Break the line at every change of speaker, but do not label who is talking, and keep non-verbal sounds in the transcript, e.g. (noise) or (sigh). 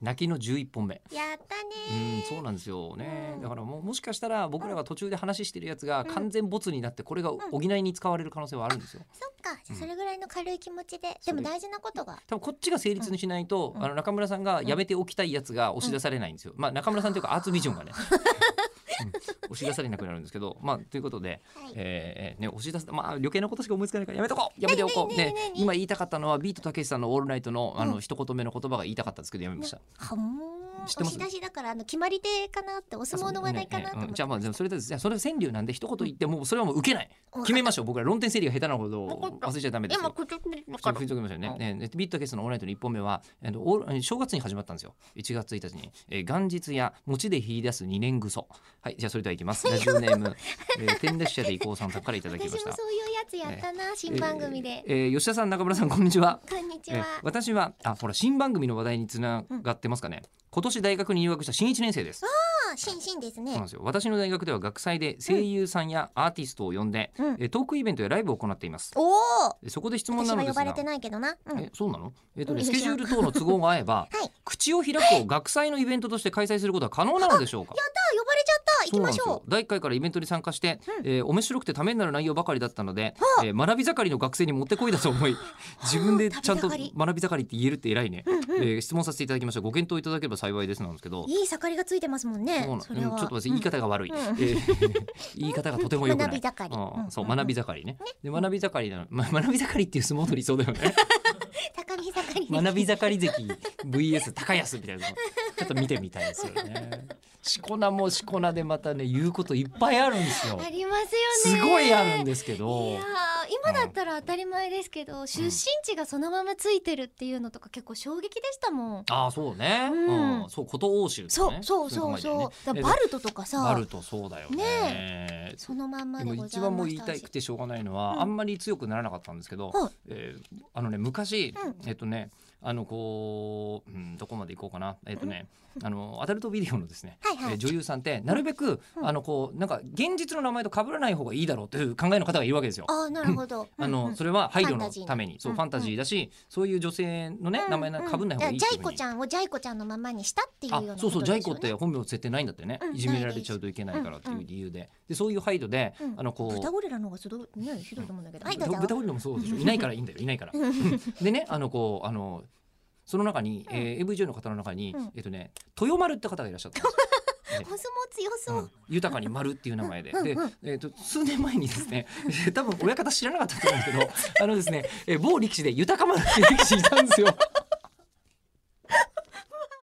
泣きの11本目
やった
う
ね
んそうなんですよね、
うん
だからもうもしかしたら僕らが途中で話してるやつが
ん
完全ボツになってこれが補いに使われる可能性はあるんですよ
そっかじゃ
うん
あそれぐらいの軽い気持ちで、
それ
でも大事なことが
多分こっちが成立にしないと、
うん
あの中村さんがやめておきたいやつが押し出されないんですよ、まあ中村さんというかアーツビジョン (laughs) がね、うん押し出されなくなるんですけどまあということで、
はい
えーね押し出すまあ余計なことしか思いつかないからやめとこうやめておこう
何
ね
何何何
今言いたかったのはビートたけしさんの「オールナイトの」あ
う
の
ん
一言目の言葉が言いたかったんですけどやめました、
はん
知ってます
押し出しだからあの決まり手かなってお相撲の話題かなと
ねね
思
うん
っ
じ
て
ゃあまあでもそれでじゃあそれは川柳なんで一言言ってもうそれはもう受けない
うん
決めましょう僕ら論点整理が下手なこと
わか
を
った
忘れちゃダメです
今
よ
こっちだ
ちょ
か
っと
ら
振りときましょうね
う。ん
ねねビットケースのオールナイトの1本目は、えっとオール正月に始まったんですよ。1月1日に。えー元日や餅で引い出す2年ぐそ。はい、じゃあそれではいきます。ラジオネーム、えー、天列車で移行さんさんからいただきま
私
し
も
た。
そういうやつやったな、新番組で、
えーえー吉田さん、中村さん、こんにちは。
こんにち
えー
は、
私は、あ、ほら、新番組の話題につながってますかね。今年大学に入学した新1年生です。
あしんしんです
そうなん
ね
ですよ。私の大学では学祭で声優さんやアーティストを呼んで、
うん
えートークイベントやライブを行っています。
おお
えーそこで質問
私
なの
は
で
呼
すが
ばれてないけどな、うん、
えそうなの、えっとね、
うん
スケジュール等の都合が合えば、
はい
口を開くを学祭のイベントとして開催することは可能なのでしょうか
やった呼ばれちゃった行きまし
そうなん
ょ
ですよ第1回からイベントに参加して、えー面白くてためになる内容ばかりだったので、えー学び盛りの学生にもってこいだと思い自分でちゃんと
食べ盛り
学び盛りって言えるって偉いね、
ううんうん
えー質問させていただきましたご検討いただければ幸いですなんですけど
いい盛りがついてますもんね
そうな
それは、
うんちょっと私言い方が悪い、
うん
えー (laughs) 言い方がとても良くない
学び盛り
あーそう
うんうんうん
学び盛りねで学び盛りなの、ま、学び盛りっていう相撲取りいそうだよ
(laughs)
ね
高見盛り
学び盛り関 VS 高安みたいなのちょっと見てみたいですよね。しこなもしこなでまたね言うこといっぱいあるんですよ
あ。りますよね
すごいあるんですけど
いやー今だったら当たり前ですけど、出身地がそのままついてるっていうのとか結構衝撃でしたもん、
ああそうね、う
うんん
そう琴欧州と
そ
かね
うそうそうそう、だから
え
バルトとか
バ
さ
ルトそうだよね
そのまんま
で
で
も
ございました
一番もう言いたくてしょうがないのは、
うん
あんまり強くならなかったんですけど、
はい
えーあのね昔、
う
えっとねあのこう、うん、どこまで行こうかなえっとね、あのアダルトビデオのですね、
はいはい
えー女優さんってなるべく、
うん
あのこうなんか現実の名前と被らない方がいいだろうという考えの方がいるわけですよ。
ああなるほど、
あの、
うんうん
それは配慮
ファン
の
タジーな
ためにそう、
うん
ファンタジーだしそういう女性のね、名前なんか被んない方がいいっ
ジ
てい
ャ
うふ
イ
う
コ
に
ちゃんをジャイコちゃんのままにしたっていうような
あ
こと
そうそうジャイ
です
コ
よ
って
ね
本名設定ないんだってね、
うん
いじめられちゃうといけないからっていう理由で,、でそういう配慮で、
うん
あのこう
豚ゴリラの方がすごい匂いひどいと思うんだけど、はいどうぞ
豚ゴリラも
(laughs)
そうでしょいないからいいんだよいないから。でねあのこうあのその中に、
うん
えー、AVJ の方の中に、
うん
えっとね豊丸って方がいらっしゃったんですよ。
コスモ強そう、
うん豊かに丸っていう名前で、で
うんう、
えっ、と数年前にです
(laughs)
ね、えー多分親方知らなかったと思うんですけど、あのですね、えー某力士で豊か丸っていう力士いたんですよ。